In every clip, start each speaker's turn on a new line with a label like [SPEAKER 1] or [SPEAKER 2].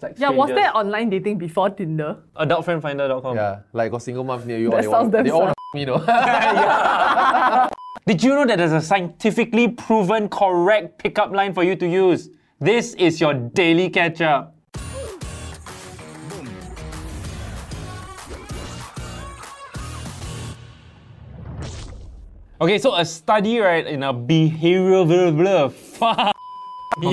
[SPEAKER 1] Like
[SPEAKER 2] Yeah, was
[SPEAKER 1] strangers.
[SPEAKER 2] there online dating before Tinder?
[SPEAKER 1] Adultfriendfinder.com.
[SPEAKER 3] Yeah, like got single moms near you.
[SPEAKER 2] That
[SPEAKER 3] they
[SPEAKER 2] sounds
[SPEAKER 3] all, they
[SPEAKER 2] damn
[SPEAKER 3] all
[SPEAKER 2] sus.
[SPEAKER 3] you know.
[SPEAKER 1] Did you know that there's a scientifically proven correct pickup line for you to use? This is your daily catch up. Okay, so a study, right, in a behavioral blah, blah, fuck.
[SPEAKER 3] I feel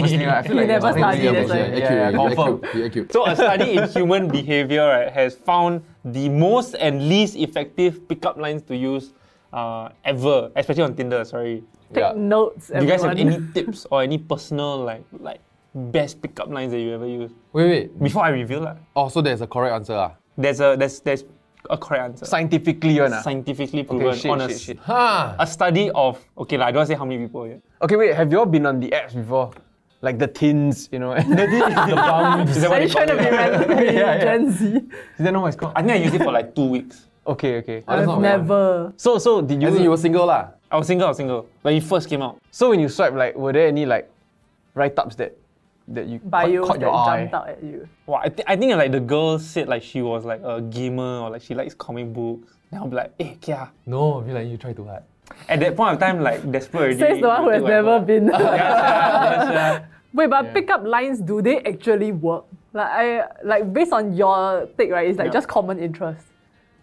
[SPEAKER 2] never
[SPEAKER 3] like there's nothing
[SPEAKER 2] studied,
[SPEAKER 3] real
[SPEAKER 2] that's
[SPEAKER 3] about
[SPEAKER 2] why.
[SPEAKER 1] Yeah,
[SPEAKER 3] it.
[SPEAKER 1] yeah,
[SPEAKER 3] Accurate, you're
[SPEAKER 1] confirm.
[SPEAKER 3] accurate, you're accurate.
[SPEAKER 1] So a study in human behavior right, has found the most and least effective pickup lines to use uh, ever, especially on Tinder. Sorry.
[SPEAKER 2] Take
[SPEAKER 3] Yeah.
[SPEAKER 2] notes,
[SPEAKER 1] Do you guys have
[SPEAKER 2] everyone.
[SPEAKER 1] any tips or any personal like like best pickup lines that you ever use?
[SPEAKER 3] Wait, wait.
[SPEAKER 1] Before I reveal lah,
[SPEAKER 3] Oh, so there's a correct answer. Ah.
[SPEAKER 1] there's a there's there's a correct answer.
[SPEAKER 4] Scientifically, one. ah.
[SPEAKER 1] Scientifically proven
[SPEAKER 4] Okay, shit,
[SPEAKER 1] on a,
[SPEAKER 4] shit,
[SPEAKER 1] s-
[SPEAKER 4] shit.
[SPEAKER 3] Huh.
[SPEAKER 1] a study of okay lah. I don't want to say how many people. Yeah.
[SPEAKER 4] Okay, wait, have you all been on the apps before? Like the tins, you know, and the, the bums. Is that
[SPEAKER 2] Are you trying to be relevant in
[SPEAKER 4] Yeah, yeah.
[SPEAKER 2] Gen Z?
[SPEAKER 4] Is that not what it's called?
[SPEAKER 1] I think I used it for like two weeks.
[SPEAKER 4] Okay, okay.
[SPEAKER 3] That's
[SPEAKER 2] I've
[SPEAKER 3] not a real one.
[SPEAKER 2] never.
[SPEAKER 4] So, so did you?
[SPEAKER 3] As in you were single lah.
[SPEAKER 1] I was single. I was single when it first came out.
[SPEAKER 4] so when you swipe, like, were there any like write-ups that that you caught,
[SPEAKER 2] Bios
[SPEAKER 4] caught
[SPEAKER 2] that
[SPEAKER 4] your eye?
[SPEAKER 2] jumped out at you.
[SPEAKER 1] Wow, I, thi- I think like the girl said like she was like a gamer or like she likes comic books. Then I'm like, eh, yeah.
[SPEAKER 3] No, I feel like you try too hard.
[SPEAKER 1] At that point of time, like desperate already.
[SPEAKER 2] Says the one who has
[SPEAKER 1] Like,
[SPEAKER 2] never
[SPEAKER 1] what?
[SPEAKER 2] been.
[SPEAKER 1] Yeah, sia, yeah, sia.
[SPEAKER 2] Wait, but pickup lines, do they actually work? Like, I, like based on your take, right? It's like
[SPEAKER 1] Yeah.
[SPEAKER 2] just common interest,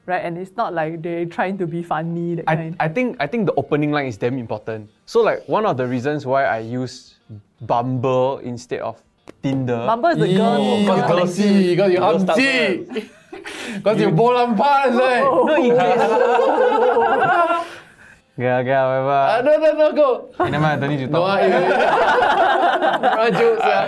[SPEAKER 2] right? And it's not like they're trying to be funny. That
[SPEAKER 4] I,
[SPEAKER 2] kind.
[SPEAKER 4] I think I think the opening line is damn important. So like one of the reasons why I use Bumble instead of Tinder.
[SPEAKER 2] Bumble is the girl.
[SPEAKER 3] Because
[SPEAKER 2] girl-
[SPEAKER 3] you see, because you
[SPEAKER 1] Girls start
[SPEAKER 3] hamji. Because you bolam pass, right?
[SPEAKER 2] oh,
[SPEAKER 1] No, it
[SPEAKER 4] Yeah, yeah, whatever.
[SPEAKER 3] Ah, No, no, no, go.
[SPEAKER 4] Eh, never mind, don't need to
[SPEAKER 3] No,
[SPEAKER 4] talk.
[SPEAKER 3] ah, eh, eh. jokes, ah.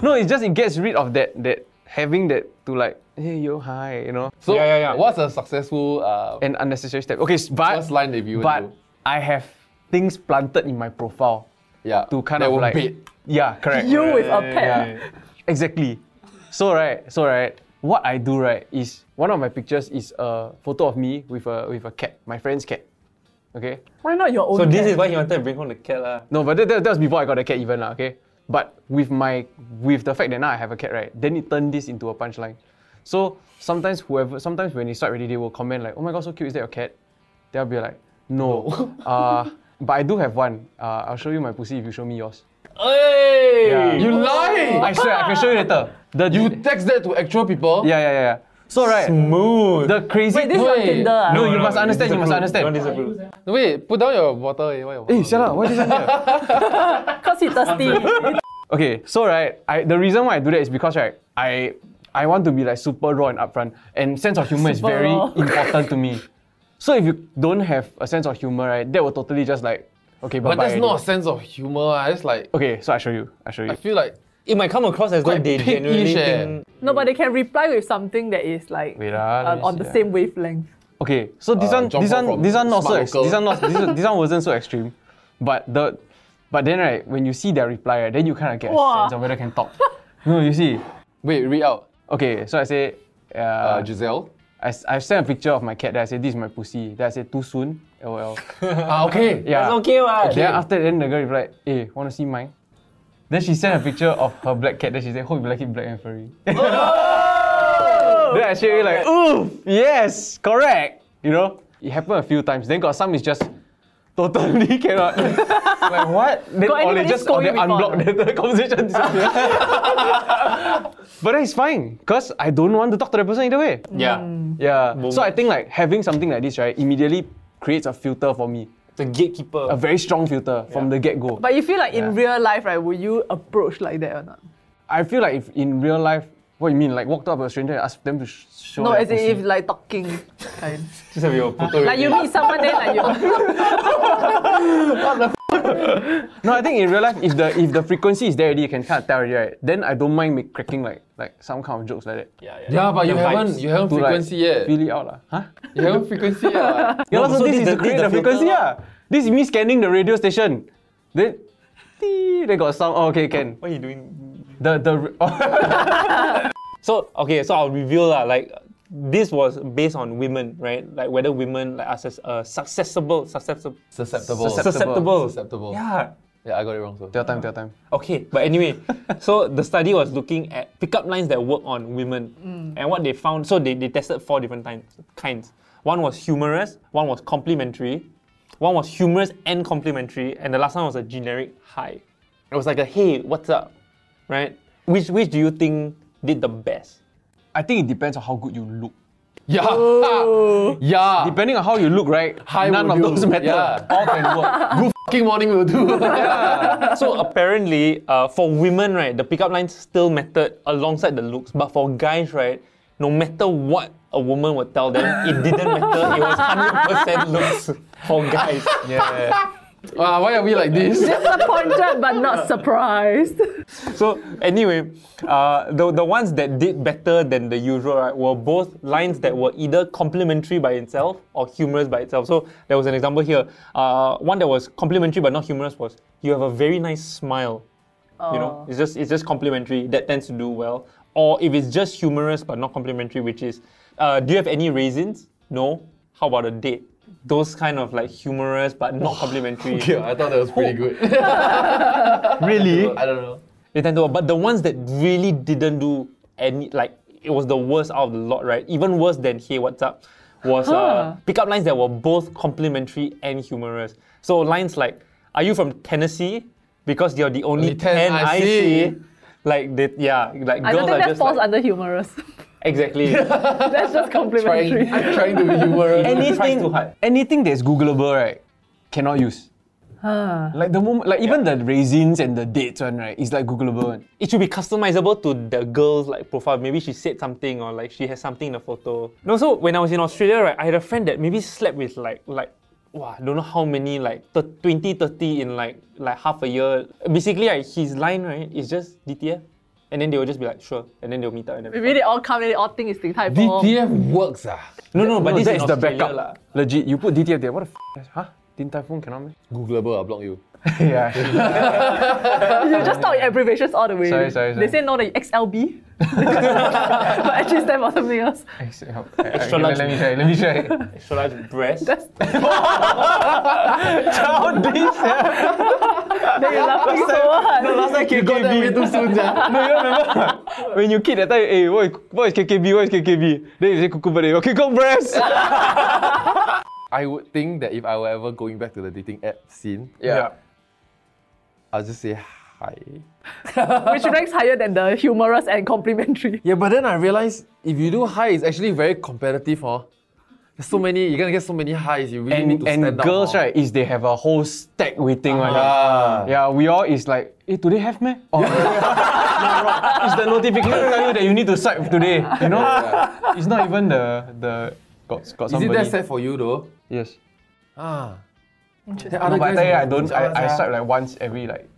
[SPEAKER 4] No, it's just it gets rid of that that having that to like hey yo hi you know
[SPEAKER 3] So,
[SPEAKER 1] Yeah, yeah, yeah.
[SPEAKER 3] what's a successful uh,
[SPEAKER 4] an unnecessary step. Okay, s- but
[SPEAKER 3] first line that you would
[SPEAKER 4] but
[SPEAKER 3] do?
[SPEAKER 4] I have things planted in my profile
[SPEAKER 3] Yeah,
[SPEAKER 4] to kind
[SPEAKER 3] that
[SPEAKER 4] of
[SPEAKER 3] will
[SPEAKER 4] like
[SPEAKER 3] bait.
[SPEAKER 4] yeah correct
[SPEAKER 2] you with a pet.
[SPEAKER 4] exactly. So right so right what I do right is one of my pictures is a photo of me with a with a cat my friend's cat. Okay,
[SPEAKER 2] Why not your own?
[SPEAKER 1] So this
[SPEAKER 2] cat?
[SPEAKER 1] is why he wanted to bring home the cat lah.
[SPEAKER 4] no, but that, that, that was before I got a cat even lah. Okay, but with my with the fact that now I have a cat right, then it turned this into a punchline. So sometimes whoever sometimes when they start ready, they will comment like, "Oh my god, so cute! Is that your cat?" Then I'll be like, "No." uh, but I do have one. Uh, I'll show you my pussy if you show me yours.
[SPEAKER 1] Hey!
[SPEAKER 3] You lie!
[SPEAKER 4] I swear, I can show you later. The
[SPEAKER 3] You text that to actual people.
[SPEAKER 4] yeah, yeah, yeah, yeah. So right,
[SPEAKER 1] Smooth.
[SPEAKER 4] the crazy.
[SPEAKER 2] Wait, this is on
[SPEAKER 3] Wait.
[SPEAKER 2] Tinder. ah?
[SPEAKER 4] no, you must understand. You must
[SPEAKER 1] Don't
[SPEAKER 4] understand.
[SPEAKER 1] disapprove.
[SPEAKER 3] Wait, put down your bottle. Eh. Why your
[SPEAKER 4] Hey,
[SPEAKER 3] bottle?
[SPEAKER 4] shut up! Why this one here?
[SPEAKER 2] Cause he thirsty.
[SPEAKER 4] Okay, so right, I the reason why I do that is because right, I I want to be like super raw and upfront, and sense of humor is
[SPEAKER 2] Super
[SPEAKER 4] very
[SPEAKER 2] raw.
[SPEAKER 4] important to me. So if you don't have a sense of humor, right, that will totally just like okay,
[SPEAKER 3] But that's
[SPEAKER 4] bye-bye
[SPEAKER 3] not a
[SPEAKER 4] already.
[SPEAKER 3] sense of humor. ah. It's like,
[SPEAKER 4] okay. So I show you, I show
[SPEAKER 3] I
[SPEAKER 4] you.
[SPEAKER 3] feel like
[SPEAKER 1] It might come across as though
[SPEAKER 3] quite
[SPEAKER 1] they
[SPEAKER 3] pig-ish.
[SPEAKER 1] genuinely
[SPEAKER 3] Eh.
[SPEAKER 1] think.
[SPEAKER 2] no, but they can reply with something that is like
[SPEAKER 4] Wait ah, let
[SPEAKER 2] uh,
[SPEAKER 4] me
[SPEAKER 2] on
[SPEAKER 4] see
[SPEAKER 2] the
[SPEAKER 4] ah.
[SPEAKER 2] same wavelength.
[SPEAKER 4] Okay, so this
[SPEAKER 3] Uh,
[SPEAKER 4] one,
[SPEAKER 3] jump
[SPEAKER 4] this
[SPEAKER 3] off
[SPEAKER 4] one,
[SPEAKER 3] from
[SPEAKER 4] this one not so,
[SPEAKER 3] smart
[SPEAKER 4] ex-
[SPEAKER 3] local.
[SPEAKER 4] this one not, this, one- this one wasn't so extreme, but the, but then right, when you see their reply, right, then you kind of get a
[SPEAKER 2] Wah.
[SPEAKER 4] sense of whether can talk. no, you see.
[SPEAKER 3] Wait, read out.
[SPEAKER 4] Okay, so I say,
[SPEAKER 3] Uh,
[SPEAKER 4] uh,
[SPEAKER 3] Giselle.
[SPEAKER 4] I, s- I sent a picture of my cat. Then I say, this is my pussy. Then I say, too soon. LOL.
[SPEAKER 3] Ah, okay.
[SPEAKER 4] Yeah.
[SPEAKER 1] It's okay, what?
[SPEAKER 4] Then after then the girl replied, hey, wanna see mine? Then she sent a picture of her black cat. Then she said, hope you like it black and furry.
[SPEAKER 2] Oh!
[SPEAKER 4] then I straight away like, oof, yes, correct. You know, it happened a few times. Then got some is just totally cannot. like what? Then,
[SPEAKER 2] Got
[SPEAKER 4] or they
[SPEAKER 2] anybody
[SPEAKER 4] just
[SPEAKER 2] scold
[SPEAKER 4] or they
[SPEAKER 2] you before
[SPEAKER 4] unblock
[SPEAKER 2] or
[SPEAKER 4] the, the conversation disappear. but then it's fine because I don't want to talk to the person either way.
[SPEAKER 3] Yeah.
[SPEAKER 4] Yeah. So I think like having something like this right immediately creates a filter for me,
[SPEAKER 1] The gatekeeper.
[SPEAKER 4] a very strong filter from the get go.
[SPEAKER 2] But you feel like in real life, right? Would you approach like that or not?
[SPEAKER 4] I feel like if in real life, what you mean, like walked up to a stranger and asked them to sh- show.
[SPEAKER 2] No,
[SPEAKER 4] their
[SPEAKER 2] as in
[SPEAKER 4] pussy?
[SPEAKER 2] if like talking. kind.
[SPEAKER 1] Just have your photo.
[SPEAKER 2] like you meet someone, then like you.
[SPEAKER 4] No, I think in real life, if the if the frequency is there already, you can kind of tell already, right? Then I don't mind make, cracking like like some kind of jokes like that.
[SPEAKER 1] Yeah,
[SPEAKER 3] Yeah, but you
[SPEAKER 1] The
[SPEAKER 3] haven't
[SPEAKER 1] vibes.
[SPEAKER 3] you haven't
[SPEAKER 4] To, like,
[SPEAKER 3] frequency yet.
[SPEAKER 4] Feel it out lah. Huh?
[SPEAKER 3] You haven't frequency uh. yet. what.
[SPEAKER 4] Yeah, lah, so
[SPEAKER 5] so
[SPEAKER 4] this,
[SPEAKER 5] this
[SPEAKER 4] is
[SPEAKER 5] the-
[SPEAKER 4] to create
[SPEAKER 5] this
[SPEAKER 4] the,
[SPEAKER 5] the
[SPEAKER 4] frequency,
[SPEAKER 5] filter
[SPEAKER 4] yeah. This is me scanning the radio station. Then, tee, they got sound. Oh, okay, can.
[SPEAKER 1] What are you doing?
[SPEAKER 4] The the.
[SPEAKER 1] So okay, so I'll reveal lah. Like this was based on women, right? Like whether women like are sus- uh, susceptible, susceptible,
[SPEAKER 3] Susceptible.
[SPEAKER 1] susceptible,
[SPEAKER 3] Susceptible.
[SPEAKER 1] Yeah.
[SPEAKER 3] Yeah, I got it wrong. So.
[SPEAKER 4] Tell time, tell time.
[SPEAKER 1] Okay, but anyway, so the study was looking at pickup lines that work on women, and what they found. So they, they tested four different times, kinds. One was humorous, one was complimentary, one was humorous and complimentary, and the last one was a generic hi. It was like a hey, what's up, right? Which which do you think did the best?
[SPEAKER 4] I think it depends on how good you look.
[SPEAKER 3] Yeah. yeah.
[SPEAKER 4] Depending on how you look, right?
[SPEAKER 3] Hi,
[SPEAKER 4] none
[SPEAKER 3] will
[SPEAKER 4] of
[SPEAKER 3] do.
[SPEAKER 4] those matter.
[SPEAKER 3] Yeah.
[SPEAKER 4] All can work.
[SPEAKER 3] Good fucking morning will do.
[SPEAKER 1] so apparently, uh, for women, right, the pickup lines still mattered alongside the looks. But for guys, right, no matter what a woman would tell them, it didn't matter. It was hundred percent looks for guys.
[SPEAKER 4] Yeah.
[SPEAKER 3] Ah, why are we like this?
[SPEAKER 2] Disappointed but not surprised.
[SPEAKER 1] So anyway, uh, the the ones that did better than the usual, right, were both lines that were either complimentary by itself or humorous by itself. So there was an example here. Uh, one that was complimentary but not humorous was you have a very nice smile. you know it's just it's just complimentary that tends to do well or if it's just humorous but not complimentary which is uh, do you have any raisins no how about a date those kind of like humorous but not complimentary
[SPEAKER 3] Yeah, I thought that was pretty good.
[SPEAKER 4] really?
[SPEAKER 3] I don't know.
[SPEAKER 1] they tend to but the ones that really didn't do any like it was the worst out of the lot right even worse than hey what's up was uh, pickup lines that were both complimentary and humorous so lines like are you from tennessee because you're the only,
[SPEAKER 3] Only
[SPEAKER 1] 10 I see.
[SPEAKER 3] see."
[SPEAKER 1] Like they, yeah, like
[SPEAKER 2] I
[SPEAKER 1] girls
[SPEAKER 2] don't think
[SPEAKER 1] are
[SPEAKER 2] that
[SPEAKER 1] just
[SPEAKER 2] falls
[SPEAKER 1] like,
[SPEAKER 2] under humorous.
[SPEAKER 1] exactly.
[SPEAKER 2] That's just complimentary.
[SPEAKER 3] Trying, trying to be humorous.
[SPEAKER 1] Tries
[SPEAKER 4] anything,
[SPEAKER 1] too hard.
[SPEAKER 4] anything that's Googleable, right, cannot use. Like the moment, like even the raisins and the dates one, right, is like Googleable one.
[SPEAKER 1] it should be customizable to the girl's like profile. Maybe she said something or like she has something in the photo. No, so when I was in Australia, right, I had a friend that maybe slept with like like wow, I don't know how many like th- 20, 30 in like like half a year. Basically, like, his line right is just DTF, and then they will just be like sure, and then they'll meet up and everything.
[SPEAKER 2] Maybe they all come and they all think it's Ding Tai Fung.
[SPEAKER 3] DTF works ah.
[SPEAKER 1] No, no, but this
[SPEAKER 4] that
[SPEAKER 1] is
[SPEAKER 4] is
[SPEAKER 1] in
[SPEAKER 4] the
[SPEAKER 1] Australia
[SPEAKER 4] backup.
[SPEAKER 1] lah.
[SPEAKER 4] Legit, you put DTF there. What the f? Huh? Din Tai Fung cannot meh?
[SPEAKER 3] Googleable, I'll block you.
[SPEAKER 4] yeah.
[SPEAKER 2] You just talk in abbreviations all the way.
[SPEAKER 4] Sorry, sorry,
[SPEAKER 2] They say
[SPEAKER 4] sorry.
[SPEAKER 2] no, they XLB. but actually stand for something else.
[SPEAKER 4] Extra
[SPEAKER 1] large.
[SPEAKER 4] oh, Let me try. Let me try.
[SPEAKER 1] Extra large breast.
[SPEAKER 2] That's,
[SPEAKER 4] Childish.
[SPEAKER 2] then you're laughing so hard.
[SPEAKER 4] No, last time
[SPEAKER 3] That way
[SPEAKER 4] KKB.
[SPEAKER 3] too soon, yeah.
[SPEAKER 4] No, you don't remember? when you kid that time, hey, what is, what is KKB? What is KKB? Then you say kukubare. Okay, go breast.
[SPEAKER 3] I would think that if I were ever going back to the dating app scene,
[SPEAKER 4] Yeah.
[SPEAKER 3] I'll just say hi.
[SPEAKER 2] Which ranks higher than the humorous and complimentary.
[SPEAKER 3] Yeah, but then I realized if you do hi, it's actually very competitive, huh? There's so many, you're gonna get so many highs. You really need
[SPEAKER 4] And,
[SPEAKER 3] to stand
[SPEAKER 4] and
[SPEAKER 3] out,
[SPEAKER 4] girls,
[SPEAKER 3] huh?
[SPEAKER 4] right, is they have a whole stack waiting one.
[SPEAKER 3] Ah.
[SPEAKER 4] Yeah, we all is like, eh, do they have meh? Oh, no, wrong. It's the notification tell you that you need to swipe today. You know, it's not even the the got got
[SPEAKER 3] Is it
[SPEAKER 4] somebody.
[SPEAKER 3] that sad for you though?
[SPEAKER 4] yes.
[SPEAKER 3] Ah. Interesting.
[SPEAKER 4] No, but I tell you, I don't. I, I
[SPEAKER 3] start
[SPEAKER 4] swipe like once every like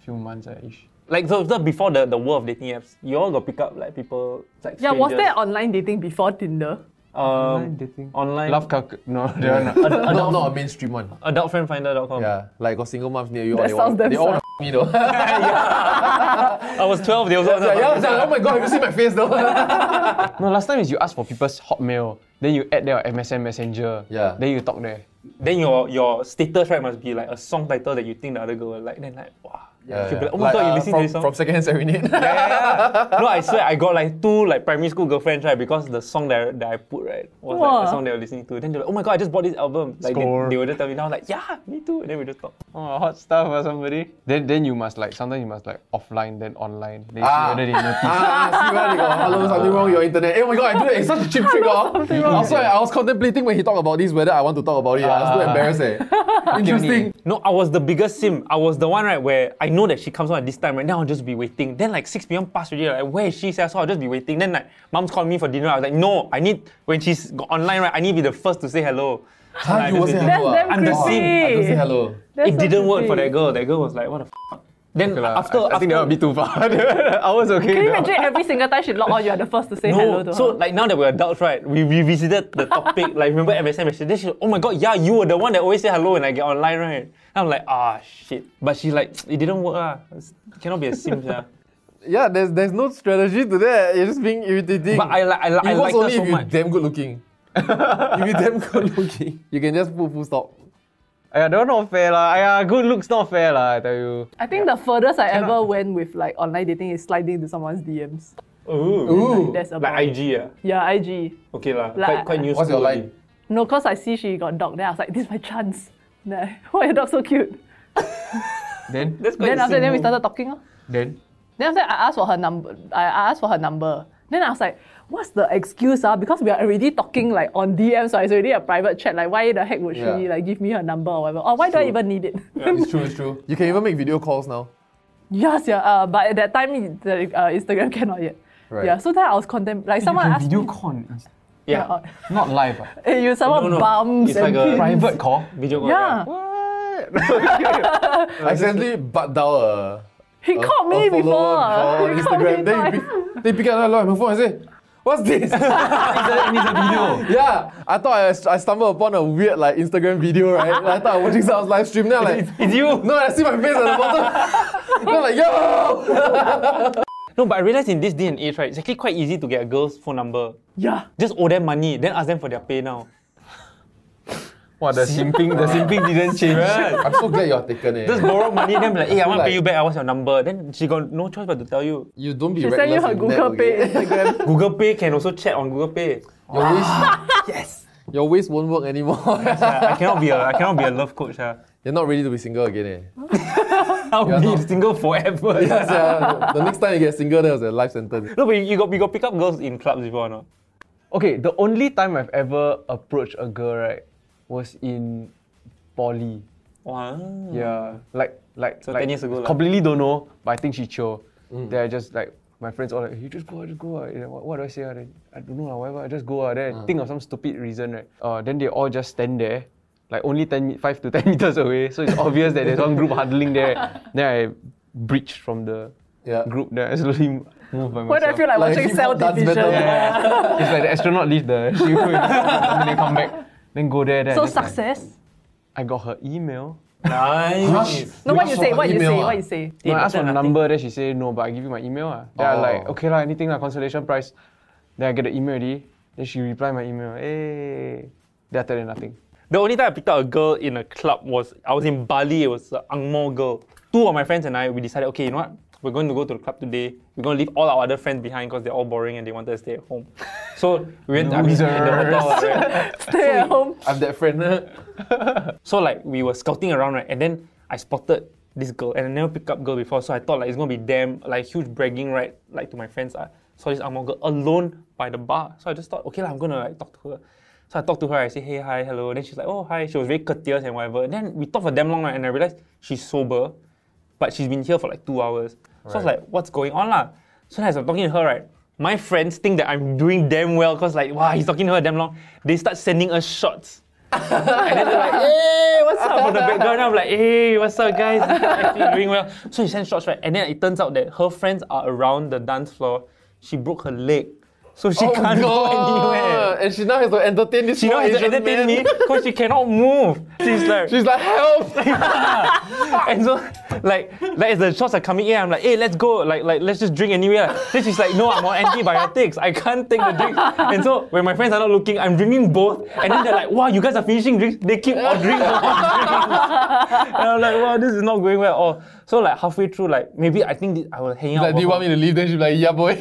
[SPEAKER 4] few months uh, ish.
[SPEAKER 1] Like so, so before the, the world of dating apps, you all got pick up like people like
[SPEAKER 2] Yeah, was there
[SPEAKER 1] strangers,
[SPEAKER 2] online dating before Tinder?
[SPEAKER 1] um,
[SPEAKER 4] dating.
[SPEAKER 1] online
[SPEAKER 4] Love calc. No, they are not.
[SPEAKER 3] not, not a mainstream one.
[SPEAKER 4] Um,
[SPEAKER 1] adultfriendfinder.com.
[SPEAKER 3] Yeah, like got single moms near you.
[SPEAKER 2] That
[SPEAKER 3] they
[SPEAKER 2] sounds
[SPEAKER 3] all,
[SPEAKER 2] damn
[SPEAKER 3] they all wanna me though. yeah,
[SPEAKER 1] I was 12, they was all
[SPEAKER 3] yeah, I was like, oh my god, have you seen my face though?
[SPEAKER 4] no, last time is you ask for people's Hotmail, then you add their MSN Messenger.
[SPEAKER 3] Yeah.
[SPEAKER 4] Then you talk there.
[SPEAKER 1] Then your your status right must be like a song title that you think the other girl will like. Then like, wow.
[SPEAKER 3] Yeah,
[SPEAKER 1] She'll be
[SPEAKER 3] yeah.
[SPEAKER 1] like, oh my god, you
[SPEAKER 3] uh,
[SPEAKER 1] listen
[SPEAKER 3] from,
[SPEAKER 1] to this song?
[SPEAKER 3] From secondhand serenade.
[SPEAKER 1] no, I swear, I got like two like primary school girlfriends right because the song that, I- that I put right was like
[SPEAKER 2] Wah.
[SPEAKER 1] the song they were listening to. Then they're like, oh my god, I just bought this album. Like
[SPEAKER 4] Score.
[SPEAKER 1] They, they would just tell me now like, yeah, me too. And then we just talk.
[SPEAKER 4] Oh, hot stuff or somebody. Then then you must like sometimes you must like offline then online. Then
[SPEAKER 3] Ah.
[SPEAKER 4] see whether they notice.
[SPEAKER 3] ah, see where they go. Hello, something wrong with your internet. Oh my god, I do that. It's such a cheap trick. Oh. Also, I was contemplating when he talked about this whether I want to talk about it. I was too embarrassed. Eh. Interesting.
[SPEAKER 1] No, I was the biggest sim. I was the one right where I know that she comes on at this time. Right now, I'll just be waiting. Then like 6 p.m. passed already. Like where is she? So I'll just be waiting. Then like mom's calling me for dinner. I was like, no, I need when she's go- online right. I need to be the first to say hello.
[SPEAKER 3] Huh, you will say
[SPEAKER 2] That's
[SPEAKER 3] hello. ah?
[SPEAKER 2] damn
[SPEAKER 3] I don't
[SPEAKER 2] creepy.
[SPEAKER 3] say- I don't say hello.
[SPEAKER 2] That's
[SPEAKER 1] it
[SPEAKER 2] so
[SPEAKER 1] didn't work for
[SPEAKER 2] creepy.
[SPEAKER 1] that girl. That girl was like, what the f? Then
[SPEAKER 4] Okay lah,
[SPEAKER 1] after,
[SPEAKER 4] I, I think that
[SPEAKER 1] after-
[SPEAKER 4] would be too far. I was okay.
[SPEAKER 2] Can you
[SPEAKER 4] that one.
[SPEAKER 2] imagine every single time she log on, you are the first to say hello to
[SPEAKER 1] No,
[SPEAKER 2] her?
[SPEAKER 1] so like now that we're adults, right? We revisited the topic. like remember MSN message? Then she, oh my god, yeah, you were the one that always say hello when I get online, right? And I'm like, ah shit. But she like, it didn't work ah. It's- Cannot be a sim, yeah.
[SPEAKER 3] Yeah, there's there's no strategy to that. You're just being irritating.
[SPEAKER 1] But I like, I, li- I
[SPEAKER 3] it
[SPEAKER 1] like
[SPEAKER 3] works
[SPEAKER 1] her
[SPEAKER 3] only
[SPEAKER 1] so
[SPEAKER 3] if you're
[SPEAKER 1] much.
[SPEAKER 3] damn good looking. if you're damn good looking, you can just put full stop.
[SPEAKER 4] Aya, that one not fair lah. Aya, good looks not fair lah. I tell you.
[SPEAKER 2] I think the furthest I ever went with like online dating is sliding into someone's DMs.
[SPEAKER 1] Ooh.
[SPEAKER 3] Ooh,
[SPEAKER 2] That's about
[SPEAKER 1] Like
[SPEAKER 2] it.
[SPEAKER 1] IG, yeah.
[SPEAKER 2] Yeah, IG.
[SPEAKER 1] Okay lah.
[SPEAKER 2] Like-
[SPEAKER 1] quite, quite new.
[SPEAKER 3] what's your
[SPEAKER 1] school
[SPEAKER 3] line?
[SPEAKER 2] No, cause I see she got dog. Then I was like, this is my chance. Then I- why your dog so cute?
[SPEAKER 4] Then,
[SPEAKER 1] That's quite
[SPEAKER 2] Then after that, then we
[SPEAKER 1] simple.
[SPEAKER 2] started talking. lor.
[SPEAKER 4] then.
[SPEAKER 2] Then after that, I asked for her number. I I asked for her number. Then I was like, what's the excuse? Ah? Because we are already talking like on DM, so it's already a private chat. Like, why the heck would she
[SPEAKER 3] Yeah.
[SPEAKER 2] like give me her number or whatever? Or why do I
[SPEAKER 1] True.
[SPEAKER 2] even need it?
[SPEAKER 3] it's true, it's true. Uh, You can even make video calls now.
[SPEAKER 2] Yes, yeah. Uh, but at that time, the uh, Instagram cannot yet.
[SPEAKER 3] Right.
[SPEAKER 2] Yeah. So then I was contemplating. Like someone asked me,
[SPEAKER 4] con.
[SPEAKER 1] Yeah.
[SPEAKER 2] uh,
[SPEAKER 4] Not live. ah.
[SPEAKER 2] eh, you someone
[SPEAKER 1] No, no.
[SPEAKER 2] bums
[SPEAKER 1] It's
[SPEAKER 2] and
[SPEAKER 1] like a-
[SPEAKER 2] pins.
[SPEAKER 4] Private call.
[SPEAKER 1] Video call.
[SPEAKER 2] Yeah.
[SPEAKER 3] I accidentally butt down a,
[SPEAKER 2] He
[SPEAKER 3] a,
[SPEAKER 2] called
[SPEAKER 3] a
[SPEAKER 2] me before.
[SPEAKER 3] follower before on
[SPEAKER 2] He called me
[SPEAKER 3] Instagram. Then you
[SPEAKER 2] twice.
[SPEAKER 3] pick, they pick up the on my phone and say, What's this?
[SPEAKER 4] Then it's a video.
[SPEAKER 3] yeah, I thought I, st- I stumbled upon a weird like Instagram video, right? I thought I was watching someone's live stream. Then I'm like,
[SPEAKER 1] It's you.
[SPEAKER 3] No, I see my face at the bottom. then I'm like, Yo!
[SPEAKER 1] No, but I realized in this day and age, right, it's actually quite easy to get a girl's phone number.
[SPEAKER 2] Yeah.
[SPEAKER 1] Just owe them money, then ask them for their pay now.
[SPEAKER 4] What the simping? The simping didn't change.
[SPEAKER 3] I'm so glad you're taken eh. it.
[SPEAKER 1] Just borrow money, then be like, hey, I want to
[SPEAKER 3] Like-
[SPEAKER 1] pay you back, I want your number. Then she got no choice but to tell you.
[SPEAKER 3] You don't be
[SPEAKER 2] She sent you
[SPEAKER 3] reckless
[SPEAKER 2] her
[SPEAKER 3] in
[SPEAKER 2] Google
[SPEAKER 3] that,
[SPEAKER 2] Pay
[SPEAKER 3] okay?
[SPEAKER 2] Instagram.
[SPEAKER 1] Google Pay can also chat on Google Pay.
[SPEAKER 3] Your waist, yes. Your waist won't work anymore.
[SPEAKER 1] I cannot be a I cannot be a love coach. ah.
[SPEAKER 3] You're not ready to be single again, eh?
[SPEAKER 1] I'll be
[SPEAKER 3] not.
[SPEAKER 1] single forever.
[SPEAKER 3] Yes, yeah. The next time you get single, that was a life sentence.
[SPEAKER 1] No, but you, you got you got pick up girls in clubs before or not?
[SPEAKER 4] Okay, the only time I've ever approached a girl right was in poly.
[SPEAKER 1] Wow.
[SPEAKER 4] Yeah, like like
[SPEAKER 1] So
[SPEAKER 4] like
[SPEAKER 1] 10 years ago Mm. lah.
[SPEAKER 4] completely don't know, but I think she chill. Then I just like my friends all like, you just go, ah, just go. ah." Eh, What, what do I say? ah? Then, I don't know, ah, whatever. I just go. ah." Then I think of some stupid reason, right? Uh, then they all just stand there, like only 10, me- 5 to 10 meters away. So it's obvious that there's one group huddling there. Then I breached from the
[SPEAKER 3] Yeah.
[SPEAKER 4] group. Then I slowly move by myself.
[SPEAKER 2] Why do I feel like,
[SPEAKER 3] Like
[SPEAKER 2] watching
[SPEAKER 3] hip-hop
[SPEAKER 2] Cell
[SPEAKER 3] dance
[SPEAKER 2] Division?
[SPEAKER 3] battle. Yeah,
[SPEAKER 4] Yeah. it's like the astronaut leave the ship and then come back. Then go there. Then I
[SPEAKER 2] So
[SPEAKER 4] just like-
[SPEAKER 2] success.
[SPEAKER 4] I got her email.
[SPEAKER 1] Nice.
[SPEAKER 2] No, what you say? What you say? What you
[SPEAKER 3] say?
[SPEAKER 2] say?
[SPEAKER 4] No, I
[SPEAKER 1] but
[SPEAKER 4] asked for
[SPEAKER 1] then
[SPEAKER 4] the
[SPEAKER 1] I think-
[SPEAKER 4] number, then she say no, but I give you my email. Ah. Then I like,
[SPEAKER 3] Oh.
[SPEAKER 4] okay lah, anything lah, consolation prize. Then I get the email already. Then she reply my email. Hey. Then I tell her nothing.
[SPEAKER 1] The only time I picked up a girl in a club was I was in Bali. It was an Angmo girl. Two of my friends and I we decided, okay, you know what? We're going to go to the club today. We're going to leave all our other friends behind because they're all boring and they wanted to stay at home. So we went I mean, in the hotel, right?
[SPEAKER 2] Stay at home.
[SPEAKER 3] I'm that friend.
[SPEAKER 1] So like we were scouting around, right? And then I spotted this girl, and I never picked up girl before, so I thought like it's gonna be damn like huge bragging, right? Like to my friends, I saw this Angmoh girl alone by the bar, so I just thought, okay lah, I'm gonna like talk to her. So I talked to her, I say hey, hi, hello. Then she's like, oh hi. She was very courteous and whatever. Then we talked for damn long, right? And I realized she's sober, but she's been here for like two hours. So I was
[SPEAKER 3] Right.
[SPEAKER 1] like, what's going on lah? So as I'm talking to her, right, my friends think that I'm doing damn well, cause like wow, he's talking to her damn long. They start sending us shots. And then they're like, hey, what's up? From the background, I'm like, hey, what's up, guys? Actually doing well. So she sent shots, right? And then it turns out that her friends are around the dance floor. She broke her leg. So she
[SPEAKER 3] oh
[SPEAKER 1] can't go
[SPEAKER 3] god!
[SPEAKER 1] anywhere.
[SPEAKER 3] And she now has to entertain this
[SPEAKER 1] She
[SPEAKER 3] poor
[SPEAKER 1] now has to
[SPEAKER 3] Asian
[SPEAKER 1] entertain
[SPEAKER 3] man.
[SPEAKER 1] me because she cannot move. She's like,
[SPEAKER 3] She's like, help!
[SPEAKER 1] and so like, like as the shots are coming in, I'm like, hey, let's go, like, like let's just drink anyway. Then she's like, no, I'm on antibiotics. I can't take the drink. And so when my friends are not looking, I'm drinking both. And then they're like, wow, you guys are finishing drinks. They keep ordering. more drinks. and I'm like, wow, this is not going well at all. So like halfway through, like maybe I think I will hang out.
[SPEAKER 3] like, do you want me to leave? Then she's like, yeah, boy.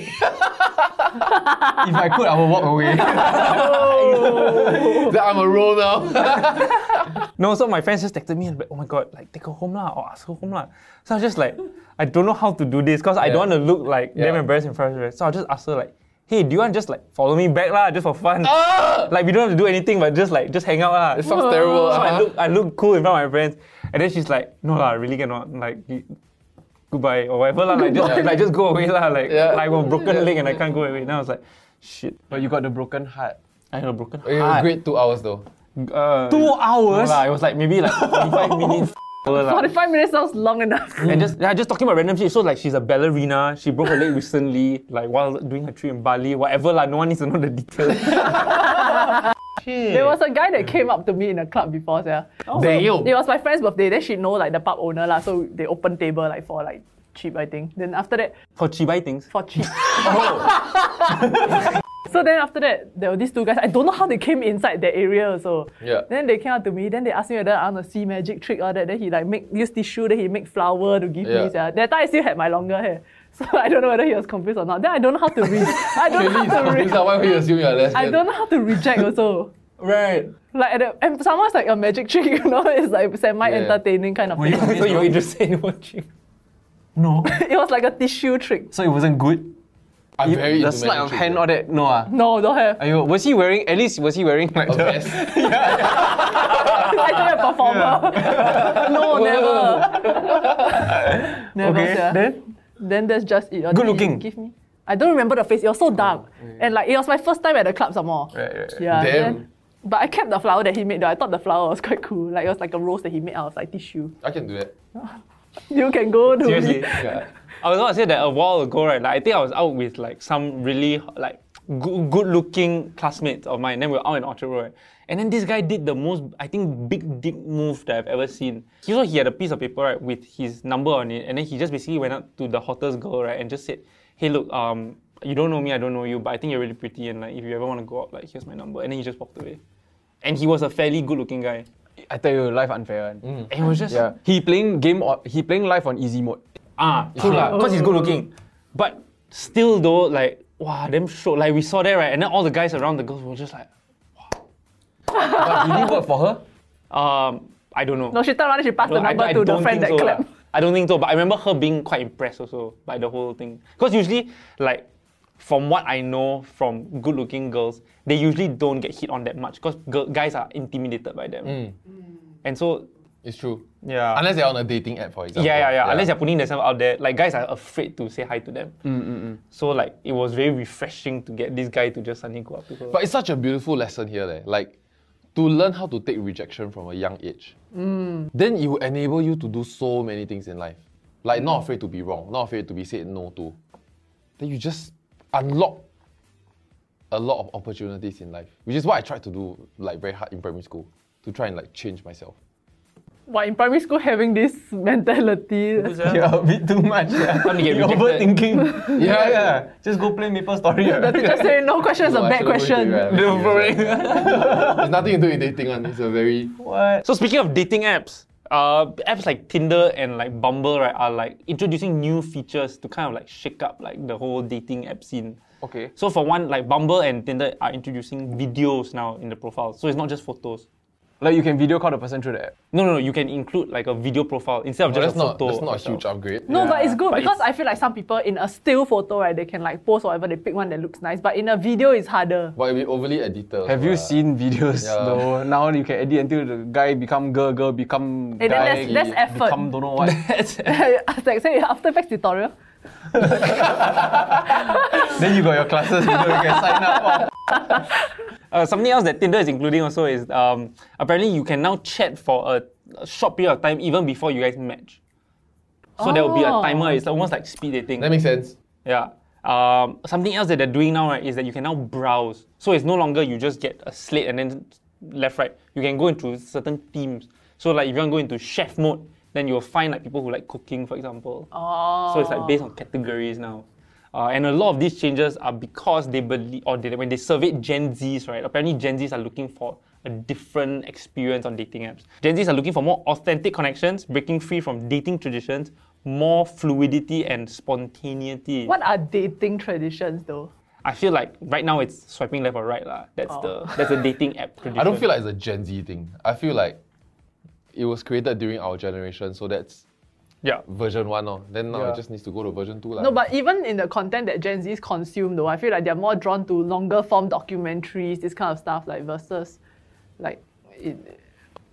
[SPEAKER 4] If I could, I would walk away.
[SPEAKER 1] Oh.
[SPEAKER 3] then I'm a roll now.
[SPEAKER 1] No, so my friends just texted me and like, oh my god, like take her home lah or ask her home lah. So I was just like, I don't know how to do this because I don't want to look like damn
[SPEAKER 3] Yeah.
[SPEAKER 1] embarrassed in front of her. So I just asked her like, hey, do you want to just like follow me back lah, just for fun? Like we don't have to do anything, but just like just hang out lah.
[SPEAKER 3] Ah! it sounds terrible.
[SPEAKER 1] So I
[SPEAKER 3] uh-huh.
[SPEAKER 1] look, I look cool in front of my friends, and then she's like, no lah, I really cannot. Like, you- goodbye or whatever lah. Like just, like just go away lah. Like
[SPEAKER 3] Yeah.
[SPEAKER 1] I have a broken leg and I can't go away. Then I was like, shit,
[SPEAKER 4] but you got the broken heart.
[SPEAKER 1] I have a broken
[SPEAKER 3] It was
[SPEAKER 1] heart.
[SPEAKER 3] Uh-huh. great two hours though.
[SPEAKER 1] Uh,
[SPEAKER 4] Two hours?
[SPEAKER 1] No lah, it was like maybe like 45 minutes. hour lah.
[SPEAKER 2] 45 minutes sounds long enough.
[SPEAKER 1] And just yeah, just talking about random shit. So like she's a ballerina. She broke her leg recently, like while doing her trip in Bali, whatever lah. No one needs to know the details.
[SPEAKER 2] There was a guy that came up to me in a club before, yeah.
[SPEAKER 3] Damn.
[SPEAKER 2] It was my friend's birthday. Then she know like the pub owner lah, so they open table like for like cheap, I think. Then after that,
[SPEAKER 1] For chibai things.
[SPEAKER 2] for cheap. so then after that, there were these two guys. I don't know how they came inside that area. So
[SPEAKER 3] Yeah.
[SPEAKER 2] Then they came up to me. Then they asked me whether I want to see magic trick or that. Then he like make use tissue. Then he make flower to give
[SPEAKER 3] Yeah.
[SPEAKER 2] me. sia. That time I still had my longer hair. So I don't know whether he was confused or not. Then I don't know how to read. I don't know
[SPEAKER 3] Really,
[SPEAKER 2] how to
[SPEAKER 3] it's
[SPEAKER 2] read.
[SPEAKER 3] not why we assume you're a lesbian.
[SPEAKER 2] I don't know how to reject also.
[SPEAKER 1] Right.
[SPEAKER 2] Like and, and someone's like a magic trick, you know, it's like semi-entertaining kind of thing.
[SPEAKER 1] so you're interested in watching.
[SPEAKER 4] No.
[SPEAKER 2] It was like a tissue trick.
[SPEAKER 4] so it wasn't good.
[SPEAKER 3] I'm very
[SPEAKER 4] the
[SPEAKER 3] into
[SPEAKER 4] sleight of
[SPEAKER 3] magic
[SPEAKER 4] hand,
[SPEAKER 3] trick.
[SPEAKER 4] all that. No ah.
[SPEAKER 2] No, don't have.
[SPEAKER 4] Are you, was he wearing at least? Was he wearing like
[SPEAKER 3] A
[SPEAKER 4] the,
[SPEAKER 3] vest.
[SPEAKER 2] I don't have performer. no, never. never.
[SPEAKER 4] Okay,
[SPEAKER 2] sia.
[SPEAKER 4] then?
[SPEAKER 2] Then that's just it.
[SPEAKER 4] Good looking.
[SPEAKER 2] Give me. I don't remember the face. It was so dark, and like it was my first time at the club some more.
[SPEAKER 4] Right, right, right.
[SPEAKER 2] Yeah.
[SPEAKER 3] Damn.
[SPEAKER 2] then- but I kept the flower that he made. Though I thought the flower was quite cool. Like it was like a rose that he made out of like tissue.
[SPEAKER 3] I can do that.
[SPEAKER 2] You can go to
[SPEAKER 1] Seriously. I was gonna say that a while ago, right? Like I think I was out with like some really like good, good-looking classmates of mine. Then we were out in Orchard Road, right? and then this guy did the most, I think, big dick move that I've ever seen. He so he had a piece of paper right with his number on it, and then he just basically went up to the hottest girl, right, and just said, "Hey, look, um, you don't know me, I don't know you, but I think you're really pretty, and like if you ever want to go out, like here's my number." And then he just walked away, and he was a fairly good-looking guy.
[SPEAKER 4] I tell you, life unfair. One.
[SPEAKER 3] Mm.
[SPEAKER 4] Eh,
[SPEAKER 1] And it was just
[SPEAKER 4] Yeah. He playing game. On, he playing life on easy mode.
[SPEAKER 1] Ah, true lah, because he's good looking. But still though, like, wow, them show. Like we saw that right, and then all the guys around the girls were just like,
[SPEAKER 4] But did he work for her?
[SPEAKER 1] um, I don't know.
[SPEAKER 2] No, she turned around and she passed the
[SPEAKER 1] don't-
[SPEAKER 2] number
[SPEAKER 1] I
[SPEAKER 2] to the
[SPEAKER 1] don't
[SPEAKER 2] friend
[SPEAKER 1] think
[SPEAKER 2] that
[SPEAKER 1] so lah.
[SPEAKER 2] clapped.
[SPEAKER 1] I don't think so, but I remember her being quite impressed also by the whole thing. Because usually, like, from what I know from good looking girls, they usually don't get hit on that much because guys are intimidated by them. And so,
[SPEAKER 3] It's true.
[SPEAKER 1] yeah.
[SPEAKER 3] Unless they're on a dating app, for example.
[SPEAKER 1] Yeah, yeah, yeah. Unless they're putting themselves out there, like guys are afraid to say hi to them.
[SPEAKER 3] Mm,
[SPEAKER 1] So like it was very refreshing to get this guy to just suddenly go up to her.
[SPEAKER 3] But it's such a beautiful lesson here, leh. like to learn how to take rejection from a young age.
[SPEAKER 2] Mm.
[SPEAKER 3] Then it will enable you to do so many things in life. Like not afraid to be wrong, not afraid to be said no to. Then you just unlock a lot of opportunities in life, which is what I tried to do like very hard in primary school to try and like change myself.
[SPEAKER 2] But in primary school, having this mentality,
[SPEAKER 4] Yeah, a bit too much. Yeah.
[SPEAKER 1] Time to get
[SPEAKER 4] You're
[SPEAKER 1] rejected.
[SPEAKER 4] overthinking.
[SPEAKER 3] Yeah.
[SPEAKER 4] Just go play Maple Story.
[SPEAKER 2] the teacher say no question is a
[SPEAKER 3] No, I
[SPEAKER 2] bad question.
[SPEAKER 3] shouldn't go into it, right?
[SPEAKER 4] No, for
[SPEAKER 3] Yes,
[SPEAKER 4] real.
[SPEAKER 3] It's nothing to do with dating, one. It's a very
[SPEAKER 4] What?
[SPEAKER 1] So speaking of dating apps, uh, apps like Tinder and like Bumble right are like introducing new features to kind of like shake up like the whole dating app scene.
[SPEAKER 4] Okay.
[SPEAKER 1] So for one, like Bumble and Tinder are introducing videos now in the profile. So it's not just photos.
[SPEAKER 4] Like you can video call the person through the app.
[SPEAKER 1] No, no, no. You can include like a video profile instead of
[SPEAKER 3] But
[SPEAKER 1] just a
[SPEAKER 3] Oh, that's not
[SPEAKER 1] photo.
[SPEAKER 3] that's
[SPEAKER 1] of
[SPEAKER 3] not a
[SPEAKER 1] yourself.
[SPEAKER 3] huge upgrade.
[SPEAKER 2] No, but it's good
[SPEAKER 1] but
[SPEAKER 2] because
[SPEAKER 1] it's-
[SPEAKER 2] I feel like some people in a still photo, right, they can like post or whatever, they pick one that looks nice. But in a video, it's harder.
[SPEAKER 3] But it'll be overly edited.
[SPEAKER 4] Have you
[SPEAKER 3] also, lah.
[SPEAKER 4] seen videos
[SPEAKER 3] Yeah.
[SPEAKER 4] though? Now you can edit until the guy become girl, girl become
[SPEAKER 2] Eh, then
[SPEAKER 4] guy.
[SPEAKER 2] that's- that's effort.
[SPEAKER 4] Become don't know what.
[SPEAKER 2] like say After Effects tutorial.
[SPEAKER 4] then you got your classes. You, know, you can sign up.
[SPEAKER 1] Uh, something else that Tinder is including also is um, apparently you can now chat for a, a short period of time even before you guys match. So there will be a
[SPEAKER 2] Oh.
[SPEAKER 1] timer. It's almost like speed dating.
[SPEAKER 3] That makes sense.
[SPEAKER 1] yeah. Um, something else that they're doing now right, is that you can now browse. So it's no longer you just get a slate and then left right. You can go into certain themes. So like if you want to go into chef mode, then you'll find like people who like cooking, for example. So it's
[SPEAKER 3] Oh.
[SPEAKER 1] like based on categories now. Uh, and a lot of these changes are because they believe, or they, when they surveyed Gen Zs, right? Apparently, Gen Zs are looking for a different experience on dating apps. Gen Zs are looking for more authentic connections, breaking free from dating traditions, more fluidity and spontaneity.
[SPEAKER 2] What are dating traditions though?
[SPEAKER 1] I feel like right now it's swiping left or right, lah. That's the that's a dating app tradition.
[SPEAKER 3] Oh. I don't feel like it's a Gen Z thing. I feel like it was created during our generation, so that's
[SPEAKER 1] yeah.
[SPEAKER 3] version one. Oh. Then now
[SPEAKER 4] Yeah.
[SPEAKER 3] it just needs to go to version two. lah.
[SPEAKER 2] No, but even in the content that Gen Zs consume though, I feel like they're more drawn to longer form documentaries, this kind of stuff, like versus like in,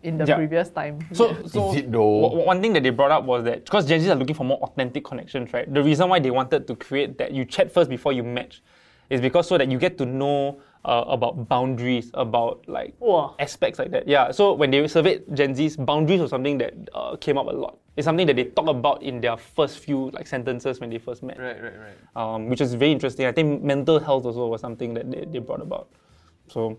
[SPEAKER 2] in the
[SPEAKER 1] Yeah.
[SPEAKER 2] previous time.
[SPEAKER 1] So, so
[SPEAKER 3] it though?
[SPEAKER 1] o- o- one thing that they brought up was that because Gen Zs are looking for more authentic connections, right? The reason why they wanted to create that you chat first before you match is because so that you get to know uh, about boundaries, about like
[SPEAKER 2] Whoa.
[SPEAKER 1] aspects like that. Yeah. So when they surveyed Gen Z's boundaries was something that uh, came up a lot. It's something that they talk about in their first few like sentences when they first met,
[SPEAKER 4] Right, right, right.
[SPEAKER 1] um, which is very interesting. I think mental health also was something that they, they brought about. So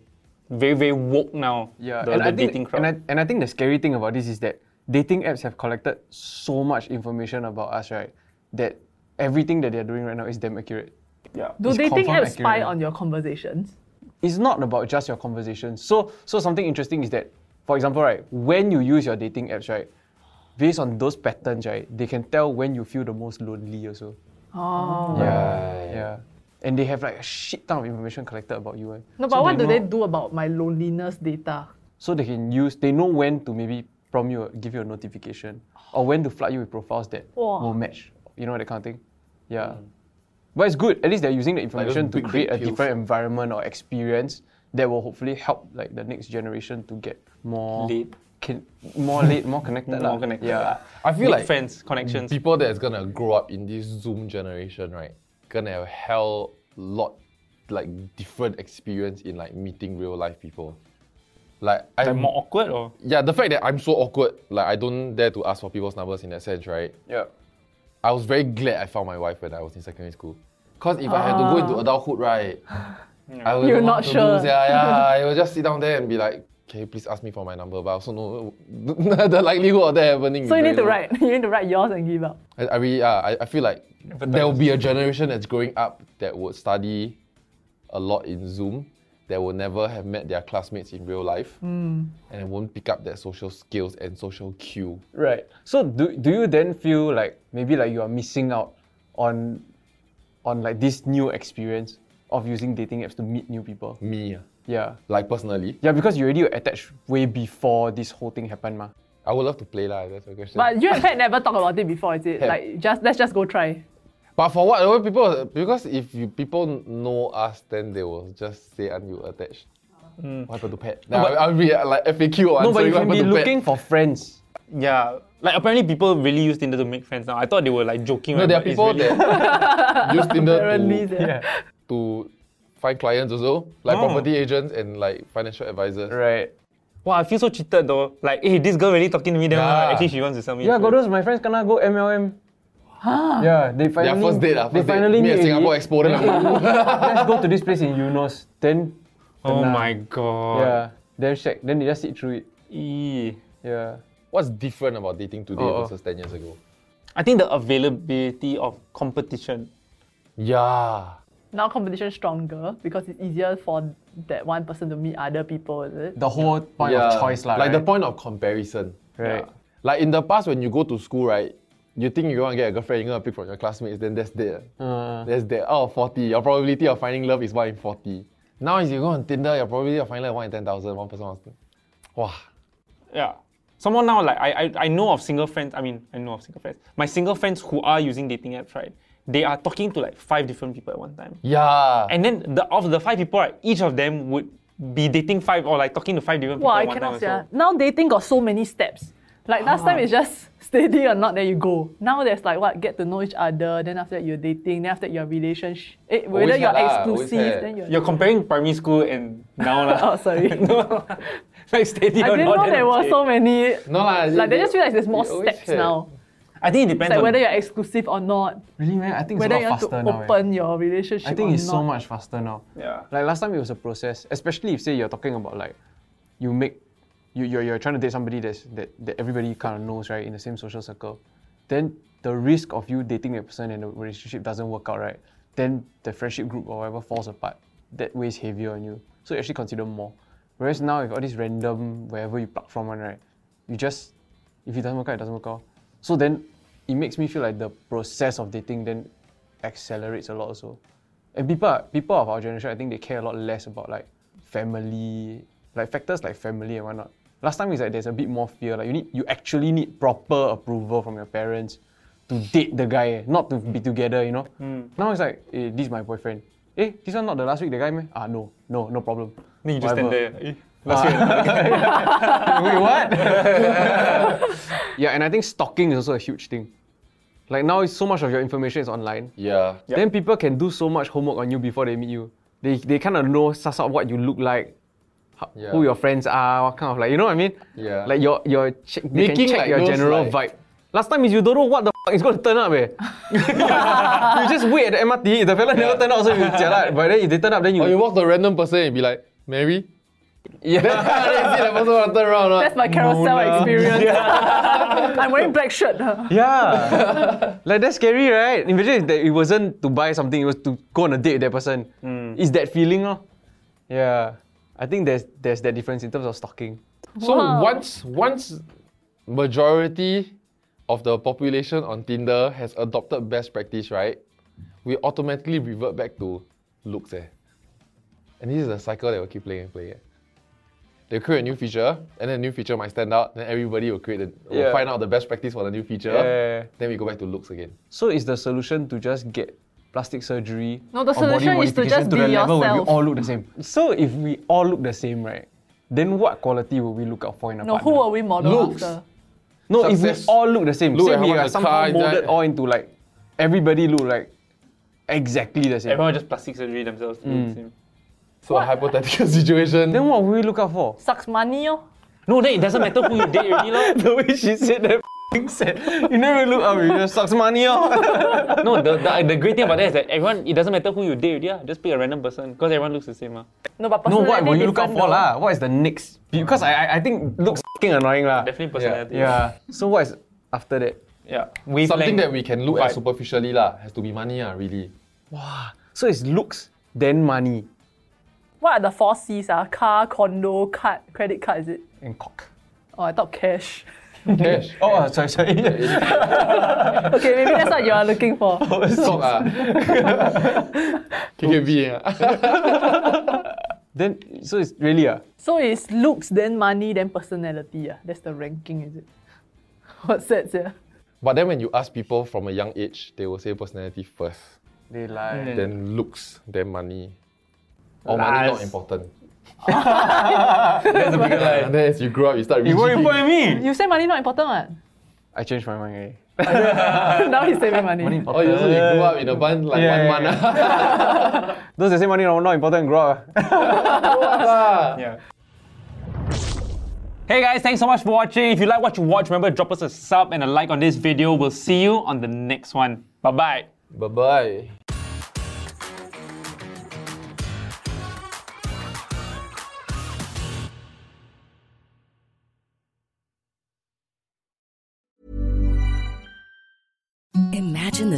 [SPEAKER 1] very very woke now.
[SPEAKER 4] Yeah,
[SPEAKER 1] The,
[SPEAKER 4] and
[SPEAKER 1] the
[SPEAKER 4] I think
[SPEAKER 1] dating crowd.
[SPEAKER 4] and I, and I think the scary thing about this is that dating apps have collected so much information about us, right? That everything that they're doing right now is damn accurate.
[SPEAKER 1] yeah.
[SPEAKER 2] Do dating
[SPEAKER 4] confirm
[SPEAKER 2] apps spy
[SPEAKER 4] accurate.
[SPEAKER 2] on your conversations?
[SPEAKER 4] It's not about just your conversations. So so something interesting is that, for example, right, when you use your dating apps, right, based on those patterns, right, they can tell when you feel the most lonely also.
[SPEAKER 2] Oh.
[SPEAKER 3] Yeah.
[SPEAKER 4] Yeah. And they have like a shit ton of information collected about you. eh.
[SPEAKER 2] No, but
[SPEAKER 4] So
[SPEAKER 2] what do
[SPEAKER 4] know-
[SPEAKER 2] they do about my loneliness data?
[SPEAKER 4] so they can use they know when to maybe prompt you give you a notification or when to flood you with profiles that
[SPEAKER 2] Wow.
[SPEAKER 4] will match you know that kind of thing yeah
[SPEAKER 1] Mm.
[SPEAKER 4] but it's good at least they're using the
[SPEAKER 3] those
[SPEAKER 4] information
[SPEAKER 3] big,
[SPEAKER 4] to
[SPEAKER 3] big
[SPEAKER 4] create a
[SPEAKER 3] pills.
[SPEAKER 4] different environment or experience that will hopefully help like the next generation to get more
[SPEAKER 1] Lit.
[SPEAKER 4] kin- more late more connected lah.
[SPEAKER 1] More connected,
[SPEAKER 4] yeah
[SPEAKER 1] lah.
[SPEAKER 3] I feel
[SPEAKER 1] Make
[SPEAKER 3] like
[SPEAKER 1] friends, connections.
[SPEAKER 3] people that's gonna grow up in this Zoom generation, right, gonna have hell lot like different experience in like meeting real life people. Like
[SPEAKER 1] Like
[SPEAKER 3] I'm
[SPEAKER 1] more awkward or
[SPEAKER 3] yeah, the fact that I'm so awkward, like I don't dare to ask for people's numbers in that sense, right?
[SPEAKER 4] yeah
[SPEAKER 3] I was very glad I found my wife when I was in secondary school. Cause if I had to go into adulthood, right, I would
[SPEAKER 2] Ah. You're not sure.
[SPEAKER 3] yeah, yeah, I would just sit down there and be like, "Can you please ask me for my number?" But I also know the likelihood of that happening.
[SPEAKER 2] So
[SPEAKER 3] is
[SPEAKER 2] you need
[SPEAKER 3] very
[SPEAKER 2] to
[SPEAKER 3] low.
[SPEAKER 2] write. You need to write yours and give up.
[SPEAKER 3] I, I really, yeah, I, I feel like there will be a generation that's growing up that would study a lot in Zoom, that will never have met their classmates in real life,
[SPEAKER 2] Hmm.
[SPEAKER 3] and won't pick up their social skills and social cue.
[SPEAKER 4] Right. So do do you then feel like maybe like you are missing out on on like this new experience of using dating apps to meet new people?
[SPEAKER 3] Me, ah.
[SPEAKER 4] Yeah.
[SPEAKER 3] like personally,
[SPEAKER 4] Yeah, because you already were attached way before this whole thing happened, ma.
[SPEAKER 3] I would love to play lah. if That's the question.
[SPEAKER 2] But you and Pat never talked about it before, is it?
[SPEAKER 3] Have.
[SPEAKER 2] Like just let's just go try.
[SPEAKER 3] But for what? Why People, because if you people know us, then they will just say, "Aren't you attached?" What happened to pet? No,
[SPEAKER 4] Hmm. but-
[SPEAKER 3] I'll be uh, like FAQ or
[SPEAKER 4] No,
[SPEAKER 3] answering
[SPEAKER 4] but you
[SPEAKER 3] what
[SPEAKER 4] can be
[SPEAKER 3] happened to pet.
[SPEAKER 4] looking for friends.
[SPEAKER 1] yeah. Like apparently people really use Tinder to make friends now. I thought they were like joking. right,
[SPEAKER 3] No, there are
[SPEAKER 1] but it's
[SPEAKER 3] people
[SPEAKER 1] really-
[SPEAKER 3] that use Tinder
[SPEAKER 2] Apparently,
[SPEAKER 3] to,
[SPEAKER 2] yeah.
[SPEAKER 3] to find clients also, like
[SPEAKER 1] Oh.
[SPEAKER 3] property agents and like financial advisors.
[SPEAKER 4] Right.
[SPEAKER 1] Wow, I feel so cheated though. Like, hey, this girl really talking to me. Then
[SPEAKER 3] Yeah.
[SPEAKER 1] actually, she wants to sell me.
[SPEAKER 4] Yeah, got
[SPEAKER 1] insurance.
[SPEAKER 4] those my friends gonna go MLM. Yeah, they
[SPEAKER 3] Their
[SPEAKER 4] finally.
[SPEAKER 3] first date, ah,
[SPEAKER 4] they
[SPEAKER 3] first
[SPEAKER 4] finally
[SPEAKER 3] date. Me and
[SPEAKER 4] meet
[SPEAKER 3] Singapore
[SPEAKER 4] already.
[SPEAKER 3] Expo. Then I'm like,
[SPEAKER 4] Let's go to this place in Eunos. Then
[SPEAKER 1] Oh
[SPEAKER 4] Nah.
[SPEAKER 1] my god.
[SPEAKER 4] yeah, then shag. Then they just sit through it. E.
[SPEAKER 1] Yeah.
[SPEAKER 4] Yeah.
[SPEAKER 3] what's different about dating today
[SPEAKER 4] Oh, oh.
[SPEAKER 3] versus ten years ago?
[SPEAKER 1] I think the availability of competition.
[SPEAKER 3] Yeah,
[SPEAKER 2] Now competition stronger because it's easier for that one person to meet other people, is it?
[SPEAKER 4] The whole point
[SPEAKER 3] yeah.
[SPEAKER 4] of choice, lah.
[SPEAKER 3] like the
[SPEAKER 4] right?
[SPEAKER 3] point of comparison.
[SPEAKER 4] Right.
[SPEAKER 3] Yeah. Like in the past, when you go to school, right, you think you want to get a girlfriend, you're gonna pick from your classmates. Then that's there.
[SPEAKER 4] Uh,
[SPEAKER 3] There's that out of 40. Your probability of finding love is 1 in 40. Now, if you go on Tinder, your probability of finding love is 1 in 10,000. One person wants to. Wow.
[SPEAKER 1] Yeah. Someone now, like, I, I, I know of single friends. I mean, I know of single friends. My single friends who are using dating apps, right? They are talking to like five different people at one time.
[SPEAKER 3] Yeah.
[SPEAKER 1] And then the of the five people, right, each of them would be dating five or like talking to five different
[SPEAKER 2] Wow,
[SPEAKER 1] people.
[SPEAKER 2] I
[SPEAKER 1] at one
[SPEAKER 2] cannot
[SPEAKER 1] time
[SPEAKER 2] say.
[SPEAKER 1] also.
[SPEAKER 2] Now dating got so many steps. Like last time it's just steady or not, there you go. Now there's like what get to know each other, then after that you're dating, then after that your relationship, eh, whether
[SPEAKER 3] Always
[SPEAKER 2] you're
[SPEAKER 3] had lah, always
[SPEAKER 2] exclusive,
[SPEAKER 3] had.
[SPEAKER 2] then you're.
[SPEAKER 1] You're comparing primary school and now lah.
[SPEAKER 2] Oh, sorry.
[SPEAKER 1] no, like steady
[SPEAKER 2] I
[SPEAKER 1] or
[SPEAKER 2] didn't
[SPEAKER 1] not,
[SPEAKER 2] know
[SPEAKER 1] then
[SPEAKER 2] there were
[SPEAKER 1] okay.
[SPEAKER 2] so many.
[SPEAKER 3] no, lah.
[SPEAKER 2] Like they
[SPEAKER 3] it-
[SPEAKER 2] just feel like there's more
[SPEAKER 3] it always
[SPEAKER 2] steps
[SPEAKER 3] had-
[SPEAKER 2] now.
[SPEAKER 1] I think it depends
[SPEAKER 2] It's like
[SPEAKER 1] on
[SPEAKER 2] whether you're exclusive or not,
[SPEAKER 4] really, man, I think it's
[SPEAKER 2] whether
[SPEAKER 4] a
[SPEAKER 2] you
[SPEAKER 4] lot
[SPEAKER 2] want to
[SPEAKER 4] faster now. eh.
[SPEAKER 2] open your relationship.
[SPEAKER 4] I think
[SPEAKER 2] or
[SPEAKER 4] it's
[SPEAKER 2] not.
[SPEAKER 4] so much faster now.
[SPEAKER 1] Yeah.
[SPEAKER 4] Like last time it was a process, especially if say you're talking about like you make you you're, you're trying to date somebody that's that, that everybody kind of knows, right, in the same social circle. Then the risk of you dating that person and the relationship doesn't work out, right? Then the friendship group or whatever falls apart. That weighs heavier on you. So you actually consider more. Whereas now if all this random wherever you pluck from one, right, you just if it doesn't work out, it doesn't work out. So then it makes me feel like the process of dating then accelerates a lot also. And people are- people of our generation, I think they care a lot less about like family, like factors like family and whatnot. Last time is like there's a bit more fear. Like you need you actually need proper approval from your parents to date the guy, eh, not to be together, you know. Now it's like, eh, this is my boyfriend. Eh, this one not the last week the guy meh? Ah no, no, no problem.
[SPEAKER 1] Then you just stand
[SPEAKER 4] Whatever.
[SPEAKER 1] there. eh, Last year.
[SPEAKER 4] Wait, what? yeah, and I think stalking is also a huge thing. Like now, so much of your information is online.
[SPEAKER 3] Yeah.
[SPEAKER 4] Then people can do so much homework on you before they meet you. They, they kind of know suss out what you look like, ho-
[SPEAKER 3] Yeah.
[SPEAKER 4] who your friends are, what kind of like you know what I mean?
[SPEAKER 3] Yeah.
[SPEAKER 4] Like your your check, they
[SPEAKER 3] Making
[SPEAKER 4] can check
[SPEAKER 3] like
[SPEAKER 4] your
[SPEAKER 3] those
[SPEAKER 4] general
[SPEAKER 3] like-
[SPEAKER 4] vibe. Last time is you don't know what the f- is going to turn up eh. you just wait at the MRT. If the fella never turn up, so you jialat. But then if they turn up, then you
[SPEAKER 3] Or Oh, you walk to a random person and be like, Mary?
[SPEAKER 4] yeah.
[SPEAKER 3] Ah, then you see the person wanna turn around. huh?
[SPEAKER 2] That's my carousel experience. I'm wearing black shirt.
[SPEAKER 4] Yeah. like that's scary, right? Imagine if that it wasn't to buy something, it was to go on a date with that person.
[SPEAKER 3] Hmm.
[SPEAKER 4] It's that feeling, oh. Yeah. I think there's there's that difference in terms of stalking.
[SPEAKER 3] So
[SPEAKER 2] Wow.
[SPEAKER 3] once once majority of the population on Tinder has adopted best practice, right? We automatically revert back to looks eh. And this is a cycle that will keep playing and playing. eh. They create a new feature, and then the new feature might stand out, then everybody will create the, will
[SPEAKER 4] Yeah.
[SPEAKER 3] find out the best practice for the new feature.
[SPEAKER 4] Yeah.
[SPEAKER 3] Then we go back to looks again.
[SPEAKER 4] Uh, So is the solution to just get plastic surgery?
[SPEAKER 2] No, the
[SPEAKER 4] or body
[SPEAKER 2] solution is to
[SPEAKER 4] modification
[SPEAKER 2] just
[SPEAKER 4] the
[SPEAKER 2] be
[SPEAKER 4] level where we
[SPEAKER 2] yourself.
[SPEAKER 4] all look the same. So if we all look the same, right? Then what quality will we look out for in a
[SPEAKER 2] No,
[SPEAKER 4] partner?
[SPEAKER 2] who are we model
[SPEAKER 3] Looks.
[SPEAKER 2] after?
[SPEAKER 4] No, if we
[SPEAKER 3] Success.
[SPEAKER 4] all look the same,
[SPEAKER 3] Look
[SPEAKER 4] say
[SPEAKER 3] at how
[SPEAKER 4] we
[SPEAKER 3] much
[SPEAKER 4] are
[SPEAKER 3] the
[SPEAKER 4] somehow
[SPEAKER 3] car
[SPEAKER 4] molded
[SPEAKER 3] died.
[SPEAKER 4] all into like everybody look like exactly the same.
[SPEAKER 1] Everyone just plastic surgery themselves. to
[SPEAKER 4] Mm.
[SPEAKER 1] look the same.
[SPEAKER 3] So a hypothetical situation.
[SPEAKER 4] Then what will we look out for?
[SPEAKER 2] Sucks money, oh.
[SPEAKER 1] No, then it doesn't matter who you date already, lor.
[SPEAKER 4] The way she said that f***ing said, you never look up, you just sucks money out.
[SPEAKER 1] No, the, the, the great thing about that is that everyone, it doesn't matter who you date already, ah. just pick a random person because everyone looks the same. ah.
[SPEAKER 2] No, but
[SPEAKER 4] no, what will
[SPEAKER 2] personality
[SPEAKER 4] you look out
[SPEAKER 2] different
[SPEAKER 4] for
[SPEAKER 2] though.
[SPEAKER 4] lah? What is the next? Because I, I, I think looks f***ing annoying lah.
[SPEAKER 1] Definitely personality.
[SPEAKER 4] Yeah. So what is after that?
[SPEAKER 1] yeah. Wavelength.
[SPEAKER 3] Something that we can look at
[SPEAKER 1] Vibe.
[SPEAKER 3] superficially lah has to be money ah really.
[SPEAKER 4] So it's looks then money
[SPEAKER 2] What are the four C's? Ah? Car, condo, card, credit card, is it?
[SPEAKER 4] and cock.
[SPEAKER 2] Oh, I thought cash.
[SPEAKER 3] Cash.
[SPEAKER 4] Oh, uh, sorry, sorry.
[SPEAKER 2] Okay, maybe that's what you are looking for.
[SPEAKER 1] uh,
[SPEAKER 3] Stock ah. KKB ah.
[SPEAKER 4] then so it's really ah.
[SPEAKER 2] So it's looks, then money, then personality. Ah, That's the ranking, is it? What's that, yeah?
[SPEAKER 3] But then when you ask people from a young age, they will say personality first,
[SPEAKER 4] They lie.
[SPEAKER 3] then looks, then money. Or money not
[SPEAKER 4] Last.
[SPEAKER 3] important.
[SPEAKER 1] That's a bigger lie.
[SPEAKER 3] And then as you grow up, you start
[SPEAKER 4] You what
[SPEAKER 3] reaching-
[SPEAKER 4] you point at me?
[SPEAKER 2] You say money not important, what?
[SPEAKER 4] I changed my mind already. Uh,
[SPEAKER 2] now he's saving money.
[SPEAKER 3] Oh, you also you grew up in a bun like
[SPEAKER 4] Yeah,
[SPEAKER 3] one
[SPEAKER 4] yeah,
[SPEAKER 3] month. ah.
[SPEAKER 4] Those that say money not not important grow up. ah.
[SPEAKER 1] Hey guys, thanks so much for watching. If you like what you watch, remember to drop us a sub and a like on this video. We'll see you on the next one. Bye bye.
[SPEAKER 3] Bye bye.
[SPEAKER 5] Imagine the